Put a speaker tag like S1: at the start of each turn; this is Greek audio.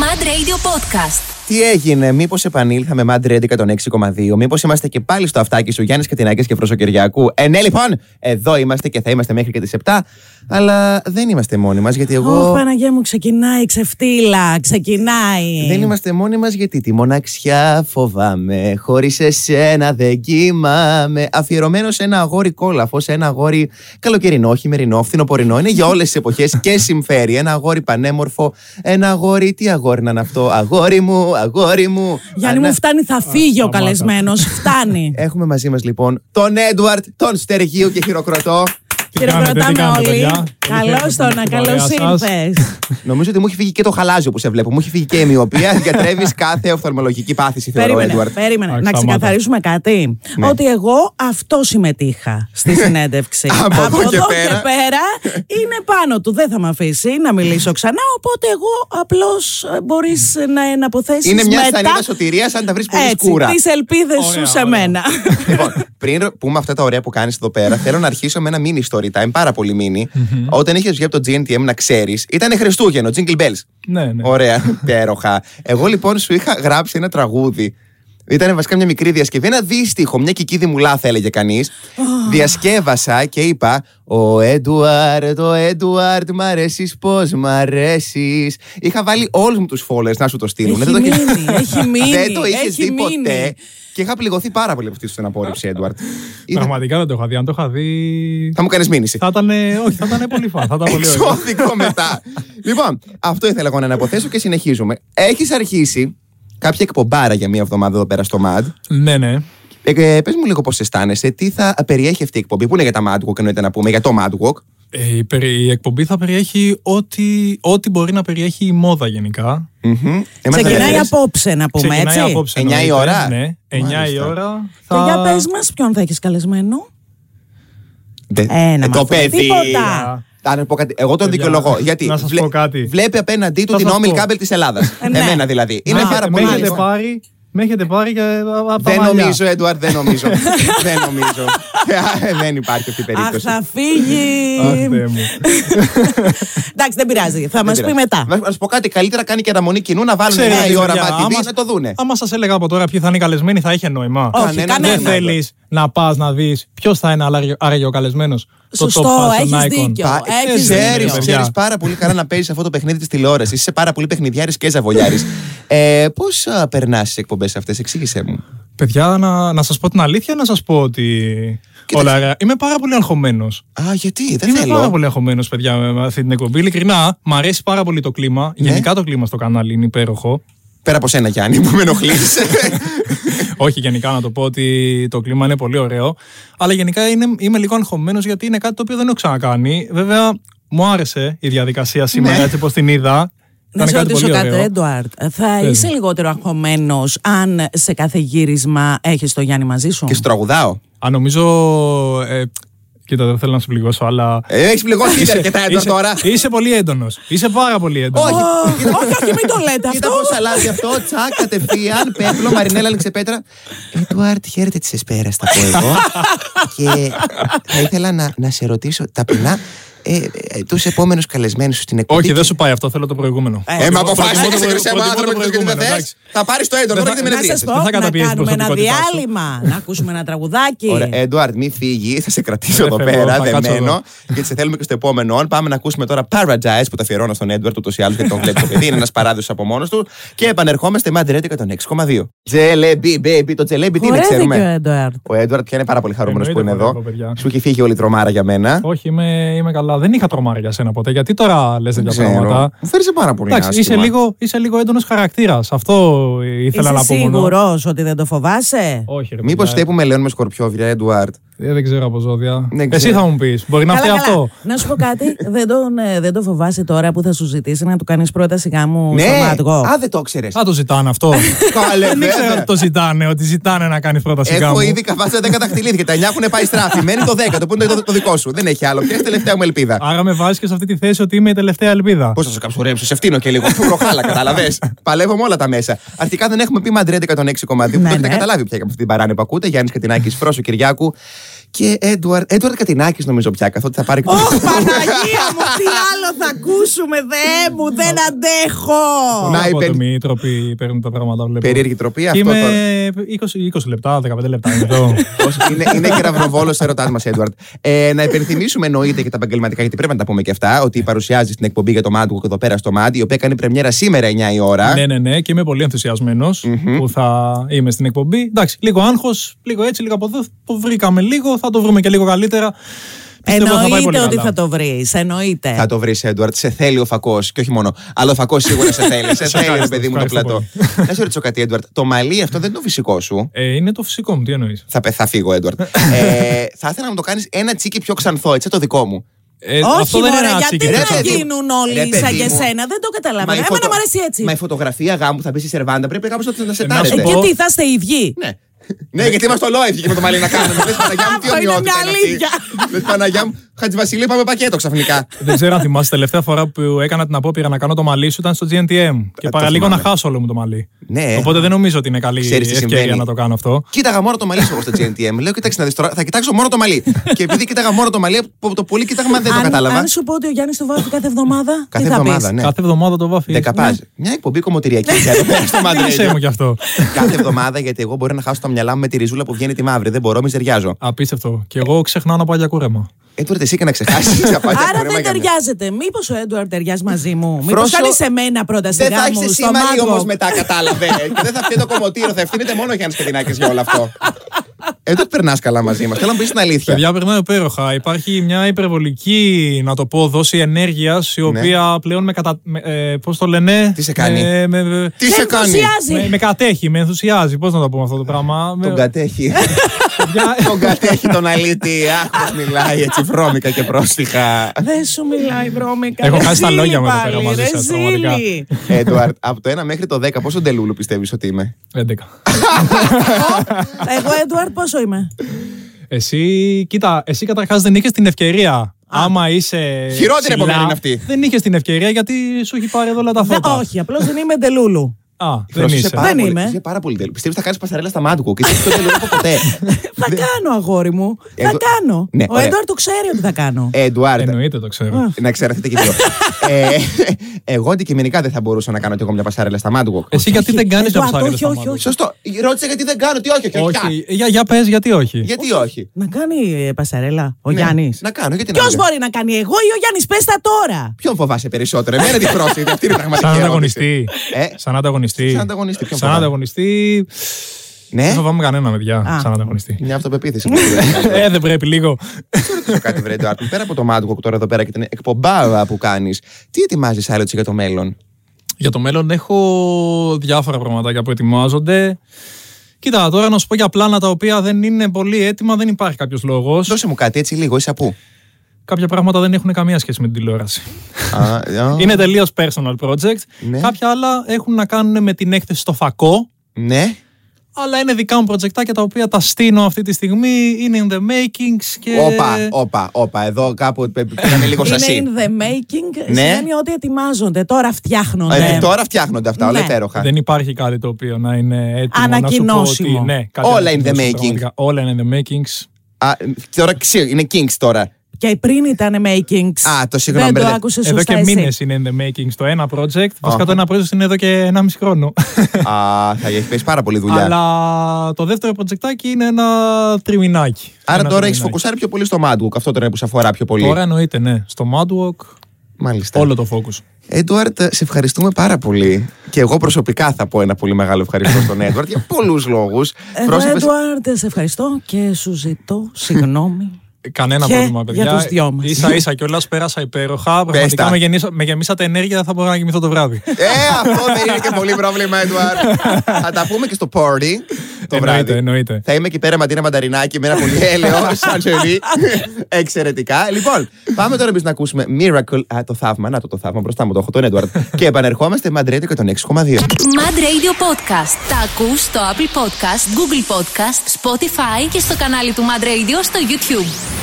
S1: Mad Radio Podcast.
S2: Τι έγινε, μήπως επανήλθαμε Mad Radio 106,2, μήπως είμαστε και πάλι στο αυτάκι σου Γιάννης Κατινάκης και Φρόσο Κυριακού. Ε, ναι, λοιπόν, εδώ είμαστε και θα είμαστε μέχρι και τις 7, αλλά δεν είμαστε μόνοι μας γιατί
S3: Ωχ,
S2: εγώ.
S3: Παναγία μου, ξεκινάει η ξεφτύλα, ξεκινάει.
S2: Δεν είμαστε μόνοι μας γιατί τη μοναξιά φοβάμαι. Χωρίς εσένα δεν κοιμάμαι. Αφιερωμένο σε ένα αγόρι κόλαφος, σε ένα αγόρι καλοκαιρινό, χειμερινό, φθινοπορεινό. Είναι για όλες τις εποχές και συμφέρει. Ένα αγόρι πανέμορφο, ένα αγόρι. Τι αγόρι να είναι αυτό, αγόρι μου, αγόρι μου.
S3: Γιάννη
S2: Ανά-
S3: μου, φτάνει, θα φύγει ο καλεσμένος. Φτάνει.
S2: Έχουμε μαζί μας λοιπόν τον Έντουαρτ, τον Στεργίου και χειροκροτώ.
S4: Τι κάνετε, τι
S3: Χειροκροτάμε
S4: κάνετε,
S3: όλοι.
S4: παιδιά?
S3: Καλώς
S4: Χαίρετε
S3: το να
S4: την
S3: καλώ
S4: παρέα σας.
S3: ήρθες.
S2: Νομίζω ότι μου έχει φύγει και το χαλάζιο που σε βλέπω. Μου έχει φύγει και η μοιοπία. Διατρέβει κάθε οφθαλμολογική πάθηση, θεωρώ,
S3: Περίμενε,
S2: Έντουαρτ.
S3: περίμενε.
S4: Άξι,
S3: Να
S4: σταμάτα.
S3: ξεκαθαρίσουμε κάτι.
S2: Ναι.
S3: Ότι εγώ αυτό συμμετείχα στη συνέντευξη.
S2: Από εδώ και πέρα.
S3: είναι πάνω του. Δεν θα με αφήσει να μιλήσω ξανά. Οπότε εγώ απλώς μπορείς να εναποθέσεις.
S2: Είναι μια στανίδα σωτηρίας, αν τα βρεις πολύ σκούρα.
S3: Τις ελπίδες σου
S4: Ωραία,
S3: σε
S4: ωραία.
S3: μένα.
S2: Λοιπόν, πριν πούμε αυτά τα ωραία που κάνεις εδώ πέρα, θέλω να αρχίσω με ένα mini story time, πάρα πολύ mini. Όταν είχες βγει από το GNTM, να ξέρεις, ήταν Χριστούγεννο, Jingle Bells.
S4: Ναι, ναι.
S2: Ωραία, υπέροχα. Εγώ λοιπόν σου είχα γράψει ένα τραγούδι. Ήταν βασικά μια μικρή διασκευή, ένα δύστιχο, μια κικίδη μουλά θα έλεγε κανείς. Διασκεύασα και είπα: Ο Έντουαρτ, ο Έντουαρτ, μ' αρέσεις πώς μ' αρέσεις. Είχα βάλει όλους μου τους φόλε να σου το στείλουν.
S3: Έχει
S2: το είχες-
S3: μείνει, έχει μείνει,
S2: Δεν το είχες
S3: έχει
S2: δει ποτέ.
S3: μείνει.
S2: Και είχα πληγωθεί πάρα πολύ από αυτή την απόρριψη, Έντουαρτ. Είδα-
S4: Πραγματικά δεν το είχα δει. Αν το είχα δει.
S2: Θα μου κάνεις μήνυση.
S4: Θα ήταν. Όχι, θα ήταν πολύ φαν. Θα ήταν πολύ ωραίο.
S2: Εξώδικο μετά. λοιπόν, αυτό ήθελα εγώ να αναποθέσω και συνεχίζουμε. Έχεις αρχίσει κάποια εκπομπάρα για μία εβδομάδα εδώ πέρα στο MAD.
S4: Ναι, ναι.
S2: Ε, ε, Πες μου λίγο πώς αισθάνεσαι, τι θα περιέχει αυτή η εκπομπή, που είναι για τα Mad Walk, εννοείται να πούμε, για το Mad Walk.
S4: Ε, η, περι- η εκπομπή θα περιέχει ό,τι, ό,τι μπορεί να περιέχει η μόδα γενικά.
S2: Μμμ. Ε, Εμένα θα
S3: Ξεκινάει
S2: λέγες,
S3: απόψε, να πούμε
S4: Ξεκινάει
S3: έτσι.
S4: απόψε.
S2: Εννιά η
S4: εννοείται.
S2: ώρα.
S4: Ναι, 9 η
S2: Μάλιστα.
S4: ώρα.
S3: Και για πες μας, ποιον θα έχεις καλεσμένο.
S2: «Δεν-
S3: Ε, να
S2: ε, Το
S3: μάθουμε
S2: παιδί.
S3: τίποτα.
S2: Α, να πω κάτι. Εγώ τον
S4: Παιδιά,
S2: δικαιολογώ. Γιατί
S4: να σας πω κάτι.
S2: βλέπει απέναντί του
S4: Να
S2: την
S4: σας
S2: Όμιλ
S4: πω.
S2: Κάμπελ της Ελλάδας.
S3: ναι.
S2: Εμένα δηλαδή. Είναι
S4: Μα,
S2: πάρα
S4: με
S2: πολύ.
S4: έχετε πάρει. Με έχετε πάρει και από τα
S2: Δεν
S4: μαλλιά.
S2: νομίζω, ε, Έντουαρ, δεν νομίζω. δεν νομίζω. Ε, δεν υπάρχει αυτή η
S3: Αχ,
S2: περίπτωση.
S3: θα φύγει.
S4: Αχ, Θεέ μου.
S3: Εντάξει, δεν πειράζει. Θα μα πει μετά.
S2: Να σου πω κάτι καλύτερα, κάνει και αναμονή κοινού να βάλουν
S4: Ξέρετε,
S2: μια η ώρα
S4: παιδιά,
S2: μάτι
S4: άμα-
S2: να το δούνε.
S4: Άμα σας έλεγα από τώρα ποιοι θα είναι οι καλεσμένοι, θα είχε νόημα.
S3: Όχι,
S2: κανένα
S3: κανένα.
S4: Δεν
S2: νόημα.
S4: θέλεις να πας να δεις ποιος θα είναι άραγε- άραγε ο καλεσμένος.
S3: Σωστό, έχεις δίκιο.
S2: Πα-
S3: Έχεις
S2: Ξέρεις,
S3: δίκιο.
S4: παιδιά.
S2: ξέρεις πάρα πολύ καλά να παίζεις αυτό το παιχνίδι της τηλεόρασης. Είσαι πάρα πολύ παιχνιδιάρης και ζαβολιάρης Ε, Πώς περνά τι εκπομπές αυτές, εξήγησέ μου.
S4: Παιδιά, να, να σας πω την αλήθεια, να σας πω ότι.
S2: Κοίταξε.
S4: Όλα, ωραία. είμαι πάρα πολύ αγχωμένος.
S2: Α, γιατί, δεν
S4: Είμαι πάρα
S2: θέλω.
S4: πολύ αγχωμένος, παιδιά, με με αυτή την εκπομπή. Ειλικρινά, μ' αρέσει πάρα πολύ το κλίμα.
S3: Ναι.
S4: Γενικά το κλίμα στο κανάλι είναι υπέροχο.
S2: Πέρα από σένα, Γιάννη, που με ενοχλείς.
S4: Όχι, γενικά να το πω ότι το κλίμα είναι πολύ ωραίο. Αλλά γενικά είναι, είμαι λίγο αγχωμένος γιατί είναι κάτι το οποίο δεν έχω ξανακάνει. Βέβαια, μου άρεσε η διαδικασία σήμερα, έτσι όπως την είδα.
S3: Ναι. Να
S4: Ήταν
S3: σε
S4: κάτι
S3: ρωτήσω
S4: πολύ
S3: κάτι,
S4: ωραίο.
S3: Έντουαρτ. Θα
S4: Πες
S3: είσαι
S4: μου.
S3: λιγότερο αγχωμένος αν σε κάθε γύρισμα έχεις το Γιάννη μαζί σου.
S2: και σου τραγουδάω.
S4: Αν νομίζω. Ε, κοίτα, δεν θέλω να σου πληγώσω, αλλά.
S3: Ε,
S2: Έχεις Ε, πληγώσει ήδη αρκετά έντονα
S4: είσαι,
S2: τώρα.
S4: είσαι πολύ έντονος. Είσαι πάρα πολύ έντονος.
S2: Όχι.
S3: Ω, Όχι, όχι, μην το λέτε
S2: Κοίτα
S3: αυτό.
S2: πώς αλλάζει αυτό. Τσακ, κατευθείαν. Πέπλο, Μαρινέλα, άνοιξε πέτρα. Εντουάρτ, χαίρετε της Εσπέρας, θα πω εγώ. και θα ήθελα να, να σε ρωτήσω ταπεινά ε, ε, τους επόμενους καλεσμένους σου στην εκπομπή.
S4: Όχι, δεν σου πάει αυτό. Θέλω το προηγούμενο.
S3: Ε,
S2: Ε, μα
S4: Προτιμώ
S2: αποφάσισε και
S4: το
S2: σε
S4: πρω-
S2: κρυσέμα
S4: προτιμώ το
S2: άνθρωπο εκτό
S4: προηγούμενο,
S2: δεν θε.
S4: εντάξει.
S2: Θα πάρεις το έντονο,
S4: Δεν
S2: δεν με
S4: θα- να
S3: Να σας
S2: μετρήσει.
S4: Δεν
S3: πω, να
S4: θα καταπιέσεις την
S3: κάνουμε ένα
S4: προσωπικότητά σου. ε,
S3: διάλειμμα, να ακούσουμε ένα τραγουδάκι.
S2: Ωραία, Έντουαρτ, μη φύγει. Θα σε κρατήσω
S4: Δεν
S2: εδώ
S4: φεύγω,
S2: πέρα,
S4: θα κάτσω
S2: δεμένο.
S4: εδώ.
S2: Γιατί σε θέλουμε και στο επόμενο. on. Πάμε να ακούσουμε τώρα Paradise που τα αφιερώνω στον Έντουαρτ ούτως ή άλλως γιατί τον βλέπεις το παιδί. Είναι ένας παράδεισος από μόνος του. Και επανερχόμαστε με αντιρέτηκα τον 6,2. Τζελέμπι, baby, το τζελέμπι τι είναι,
S3: Χορεύει και ο
S2: ξέρουμε.
S3: Έντουαρτ.
S2: Ο Έντουαρτ πια είναι πάρα πολύ χαρούμενος που είναι
S4: Εννοείται
S2: εδώ.
S4: που είναι εδώ, παιδιά.
S2: Σου είχε φύγει όλη η τρομάρα για μένα.
S4: Όχι, είμαι, είμαι καλά. Δεν είχα τρομάρει για σένα ποτέ. Γιατί τώρα λες τέτοια
S2: Ξέρω.
S4: πράγματα.
S2: Μου φέρνει πάρα πολύ.
S4: Εντάξει,
S2: άσχημα.
S4: είσαι λίγο, είσαι λίγο έντονος χαρακτήρας. Αυτό ε, ήθελα
S3: Είσαι
S4: να πω μόνο.
S3: σίγουρος ότι δεν το φοβάσαι.
S4: Όχι, ρε
S2: Μήπως
S4: παιδιά,
S2: στέπουμε Λέων με σκορπιόβια, Έντουαρτ.
S4: ε, Δεν ξέρω από ζώδια.
S2: Δεν
S4: Εσύ
S2: ξέρω.
S4: θα μου πεις. Μπορεί να φταίει αυτό.
S3: Να σου πω κάτι. δεν, τον, ε, δεν τον φοβάσαι τώρα που θα σου ζητήσει να του κάνεις πρόταση γάμου στο
S2: Ναι,
S3: Μάτγο.
S2: α δεν το ξέρεις.
S4: Θα το ζητάνε αυτό.
S2: Καλέ,
S4: Δεν ήξερα
S2: βέβαια.
S4: ότι το ζητάνε, ότι ζητάνε να κάνει πρόταση
S2: Έχω
S4: γάμου.
S2: ήδη καβάτσα 10 δαχτυλίδια. Τα 9 έχουν πάει στράφη. Μένει το 10, που είναι το, το δικό σου. Δεν έχει άλλο. Ποια είναι η τελευταία μου ελπίδα.
S4: Άρα με βάζεις και σε αυτή τη θέση ότι είμαι η τελευταία ελπίδα.
S2: Πώς θα σου καψουρέψω, σε φτύνω και λίγο. Προχάλα, κατάλαβε. Παλεύω με όλα τα μέσα. Αρχικά δεν έχουμε πει Μαντρέντε 106,2 που το
S3: Ναι,
S2: έχετε
S3: ναι.
S2: καταλάβει πια από αυτή την παράνοια που ακούτε. Γιάννης Κατινάκης, Φρόσο Κυριάκου και Έντουαρτ. Έντουαρτ Κατινάκης νομίζω πια, καθότι θα πάρει και το.
S3: Ωχ, Παναγία μου, τι άλλο άλλο θα ακούσουμε, δε μου, δεν αντέχω.
S2: Να,
S4: Πολύ
S2: η
S4: απότομη η τροπή παίρνουν τα πράγματα. Βλέπω.
S2: Περίεργη τροπή
S4: Και
S2: αυτό τώρα.
S4: Είμαι 20, 20 λεπτά, 15 λεπτά είναι εδώ.
S2: Όσο- είναι, είναι κεραυνοβόλος ερωτάς μας, Έντουαρτ. Ε, να υπενθυμίσουμε εννοείται και τα επαγγελματικά, γιατί πρέπει να τα πούμε και αυτά, ότι παρουσιάζει την εκπομπή για το Μάντουκ εδώ πέρα στο Μάντι, η οποία κάνει πρεμιέρα σήμερα 9 η ώρα.
S4: ναι, ναι, ναι, και είμαι πολύ ενθουσιασμένος που θα είμαι στην εκπομπή. Εντάξει, λίγο άγχος, λίγο έτσι, λίγο από εδώ. Το βρήκαμε λίγο, θα το βρούμε και λίγο καλύτερα. Πιστεύω θα πάει πολύ
S3: Εννοείται ότι
S4: καλά.
S3: θα το βρεις. Εννοείται.
S2: Ε. Θα το βρεις, Έντουαρτ. Σε θέλει ο φακός. Και όχι μόνο. Αλλά ο φακός σίγουρα σε θέλει. σε θέλει, ρε
S4: ευχαριστώ,
S2: παιδί μου, το πλατό.
S4: ευχαριστώ
S2: Να σε ρωτήσω κάτι, Έντουαρτ. Το μαλλί αυτό δεν είναι το φυσικό σου.
S4: Ε, είναι το φυσικό μου, τι εννοείς.
S2: Θα, πε- θα φύγω, Έντουαρτ. ε, θα ήθελα να μου το κάνεις ένα τσίκι πιο ξανθό, έτσι το δικό μου.
S4: Ε,
S3: Όχι, μωρέ, γιατί
S4: τσίκι.
S2: Ρε,
S3: να
S2: παιδί μου.
S3: γίνουν
S2: Ρε,
S3: όλοι
S2: παιδί
S3: σαν και
S2: μου.
S3: σένα, δεν το
S2: Μα η
S3: καταλαβαίνω. Εμένα
S2: φωτο-
S3: μου αρέσει έτσι.
S2: Μα η φωτογραφία γάμου θα μπεις στη σερβάντα, πρέπει κάπως να τα
S4: σου
S2: σετάρετε.
S4: πω-
S3: Ε, και τι, θα είστε ίδιοι.
S2: Ναι. Ναι, γιατί είμαστε ολόευκοι και με το μαλλί να κάνουμε. Λες Παναγιά μου, τι
S3: Αυτό είναι
S2: ομοιότητα
S3: μια
S2: είναι αυτή.
S3: αλήθεια.
S2: Λες Παναγιά μου, Χατζηβασιλή, πάμε πακέτο ξαφνικά.
S4: Δεν ξέρω αν θυμάσαι, τελευταία φορά που έκανα την απόπειρα να κάνω το μαλλί σου ήταν στο GNTM. Και
S2: Ε, το
S4: παραλίγο να
S2: θυμάμαι.
S4: χάσω όλο μου το μαλλί.
S2: Ναι.
S4: Οπότε δεν νομίζω ότι είναι καλή
S2: Ξέρεις τι
S4: Ε, ευκαιρία
S2: συμβαίνει.
S4: να το κάνω αυτό.
S2: Κοίταγα μόνο το μαλλί σου εγώ στο GNTM. Λέω, κοίταξε να δεις τώρα, θα κοιτάξω μόνο το μαλλί. Και επειδή κοίταγα μόνο το μαλλί, από το πολύ κοίταγμα δεν το
S3: αν,
S2: κατάλαβα.
S3: αν σου πω ότι ο Γιάννης το βάζει κάθε εβδομάδα,
S2: Κάθε
S3: τι θα
S2: εβδομάδα,
S3: πεις? ναι.
S2: ναι.
S4: Κάθε εβδομάδα το βάφεις.
S2: Δεκαπάζ. Μια εκπομπή κομμωτηριακή. για εδώ πέρα στο Μάντι
S4: Μίλησέ
S2: Radio.
S4: μου Ναι, κι αυτό.
S2: Κάθε εβδομάδα, γιατί εγώ μπορεί να χάσω τα μυαλά μου με τη ριζούλα που βγαίνει τη μαύρη. Δεν μπορώ, μιζεριάζω.
S4: Απίστευτο. Και εγώ ξεχνάω να πάω για κούρεμα.
S2: Ε, τώρα εσύ και να ξεχάσεις.
S3: Άρα δεν ταιριάζεται. Μήπως ο Έντουαρ ταιριάζει μαζί μου. Μήπω
S2: Φρόσο,
S3: κάνει εμένα πρώτα στη
S2: Δεν θα έχει
S3: γάμο.
S2: εσύ
S3: στο
S2: μαλλί
S3: Μάγκο.
S2: όμως μετά, κατάλαβες. Και δεν θα φταίει το κομμωτήριο, θα ευθύνεται μόνο ο Γιάννης Κεδινάκη για όλο αυτό. Ε, δεν περνάς καλά μαζί μας. Θέλω να πεις την αλήθεια.
S4: Παιδιά, περνάω υπέροχα. Υπάρχει μια υπερβολική, να το πω, δόση ενέργειας, η οποία πλέον με κατα. με- ε, Πώς το λένε.
S2: Ναι. Τι σε κάνει?
S4: Ε, με- με-
S2: Τι σε κάνει.
S3: ενθουσιάζει.
S4: με- με κατέχει, με ενθουσιάζει. Πώς να το πούμε αυτό το πράγμα. Με-
S2: Τον κατέχει.
S4: παιδιά,
S2: Τον κατέχει τον αλήτη. Αχ, μιλάει έτσι βρώμικα και πρόστιχα.
S3: Δεν σου μιλάει βρώμικα.
S4: Έχω
S3: Ρε
S4: χάσει τα
S3: ζήλι
S4: λόγια μου εδώ
S3: πάλι,
S4: πέρα μαζί
S3: ρε
S4: σας, πραγματικά.
S3: ζήλι.
S2: Έντουαρτ, από το 1 μέχρι το 10, πόσο ντελούλου πιστεύεις ότι είμαι.
S4: 11.
S3: Εγώ, Έντουαρντ, πόσο είμαι.
S4: Εσύ, κοίτα, εσύ καταρχάς δεν είχες την ευκαιρία. Άμα είσαι.
S2: Χειρότερη
S4: ψηλά,
S2: επομένη είναι αυτή.
S4: Δεν είχες την ευκαιρία γιατί σου έχει πάρει εδώ όλα τα
S3: Δε-
S4: φώτα.
S3: Ναι, Όχι, απλώς δεν είμαι ντελούλου.
S4: Α, δεν
S2: Χρυσή, είσαι
S4: είσαι.
S2: πάρα
S3: Δεν
S2: πολύ-
S3: είμαι.
S2: Είσαι πάρα πολύ τέλειο. Πιστεύεις θα κάνεις πασαρέλα στα μάτια και είσαι πιο τέλειο από ποτέ.
S3: Θα κάνω, αγόρι μου. Θα
S2: Εγώ-
S3: κάνω.
S2: Ναι,
S3: Ο
S2: ωραία. Ε-
S3: Έντουαρντ το ξέρει ότι θα κάνω.
S2: Εντουάρτ,
S4: Εννοείται, το ξέρω.
S2: να ξέρετε και οι δύο. Ε, Εγώ αντικειμενικά δεν θα μπορούσα να κάνω κι εγώ μια πασαρέλα στα Μάντουκ.
S4: Εσύ γιατί δεν κάνεις
S3: Εντουάρτ,
S4: τα ψάρια.
S3: όχι,
S4: στα
S3: όχι,
S4: μάτια.
S3: όχι.
S2: Σωστό. Ρώτησα γιατί δεν κάνω, τι όχι, όχι, όχι.
S4: Όχι, για, για πες, γιατί όχι.
S2: Γιατί όχι.
S3: Να κάνει ε, πασαρέλα ο
S2: Ναι,
S3: Γιάννης.
S2: Να ναι. κάνω, γιατί να
S3: Ποιος
S2: μην.
S3: μπορεί να κάνει, εγώ ή ο Γιάννης, πες τα τώρα.
S2: Ποιον φοβάσαι περισσότερο, εμένα την πρόση, αυτή είναι η πραγματική. ερώτηση.
S4: Σαν ανταγωνιστή.
S2: Ε,
S4: Σαν ανταγωνιστή.
S2: Σαν ανταγωνιστή, ποιον
S4: Σαν
S2: φοβάμαι.
S4: ανταγωνιστή.
S2: ναι,
S4: Δεν φοβάμαι κανέναν, παιδιά.
S3: Α.
S4: Σαν ανταγωνιστή.
S2: μια αυτοπεποίθηση. που σου
S4: Ε, δεν πρέπει λίγο.
S2: λέει κάτι βρε Εντουάρτ. Πέρα από το Μάντουκ τώρα εδώ πέρα και την εκπομπάδα που κάνεις, τι ετοιμάζεις άλλο για το μέλλον.
S4: Για το μέλλον έχω διάφορα πραγματάκια που ετοιμάζονται. Κοίτα, τώρα να σου πω για πλάνα τα οποία δεν είναι πολύ έτοιμα, δεν υπάρχει κάποιος λόγος.
S2: Δώσε μου κάτι έτσι λίγο, είσαι απού.
S4: Κάποια πράγματα δεν έχουν καμία σχέση με την τηλεόραση.
S2: Α, α,
S4: Είναι τελείως personal project.
S2: Ναι.
S4: Κάποια άλλα έχουν να κάνουν με την έκθεση στο φακό.
S2: Ναι.
S4: Αλλά είναι δικά μου προτζεκτάκια τα οποία τα στείνω αυτή τη στιγμή. Είναι in the makings και.
S2: Όπα, όπα, όπα. Εδώ κάπου πέ- πήγαμε λίγο σασί.
S3: Είναι in the making,
S2: Ναι.
S3: σημαίνει ότι ετοιμάζονται. Τώρα φτιάχνονται.
S2: Ε, Τώρα φτιάχνονται αυτά, όλα
S3: Ναι.
S2: υπέροχα.
S4: Ναι. Δεν υπάρχει κάτι το οποίο να είναι έτοιμο να σου πω ότι
S3: Ανακοινώσιμο.
S4: ναι, κάτι
S2: Όλα in the
S4: ανακοινώσιμο
S2: making.
S4: πραγματικά. Όλα in the makings.
S2: Α, Τώρα ξέρω, είναι Kings τώρα.
S3: Και πριν ήταν makings.
S2: Α, το συγγνώμη,
S3: Δεν το
S2: μπερδε-
S3: άκουσες
S4: Εδώ
S3: σωστά
S4: και
S3: εσύ.
S4: μήνες είναι in the making στο ένα project. Βασικά
S2: Αχα.
S4: το ένα project είναι εδώ και 1,5 χρόνο.
S2: Α, θα έχει πέσει πάρα πολύ δουλειά.
S4: Αλλά το δεύτερο προτζεκτάκι είναι ένα τριμινάκι.
S2: Άρα
S4: Ένα
S2: τώρα έχεις
S4: τριμινάκι.
S2: φοκουσάρει πιο πολύ στο Madwalk. Αυτό τώρα είναι που σε αφορά πιο πολύ.
S4: Τώρα εννοείται, ναι. Στο Madwalk,
S2: Μάλιστα.
S4: όλο το focus.
S2: Έντουαρτ, σε ευχαριστούμε πάρα πολύ. Και εγώ προσωπικά θα πω ένα πολύ μεγάλο ευχαριστώ στον Έντουαρτ για πολλούς λόγους.
S3: Εγώ, Έντουαρντ, σε ευχαριστώ και σου ζητώ συγγνώμη.
S4: Κανένα
S3: Και
S4: πρόβλημα,
S3: για
S4: παιδιά.
S3: τους δυο μας.
S4: σα ίσα κιόλας πέρασα υπέροχα.
S2: τα.
S4: Πραγματικά με, γεννήσα- με γεμίσατε ενέργεια, δεν θα μπορώ να κοιμηθώ το βράδυ.
S2: Ε, αυτό δεν είναι και πολύ πρόβλημα, Έντουαρτ. θα τα πούμε και στο party το
S4: εννοείται,
S2: βράδυ.
S4: εννοείται.
S2: Θα είμαι εκεί πέρα μαντίνα μανταρινάκι με ένα πολύ έλεο σαν ζωή. Εξαιρετικά. Λοιπόν, πάμε τώρα εμείς να ακούσουμε Miracle. Α, το θαύμα. Να το, το θαύμα. Μπροστά μου το έχω τον Έντουαρτ. και επανερχόμαστε Μαντρέτο και τον 6,2.
S1: Mad Radio Podcast. Τα ακούς στο Apple Podcast, Google Podcast, Spotify και στο κανάλι του Mad Radio στο YouTube.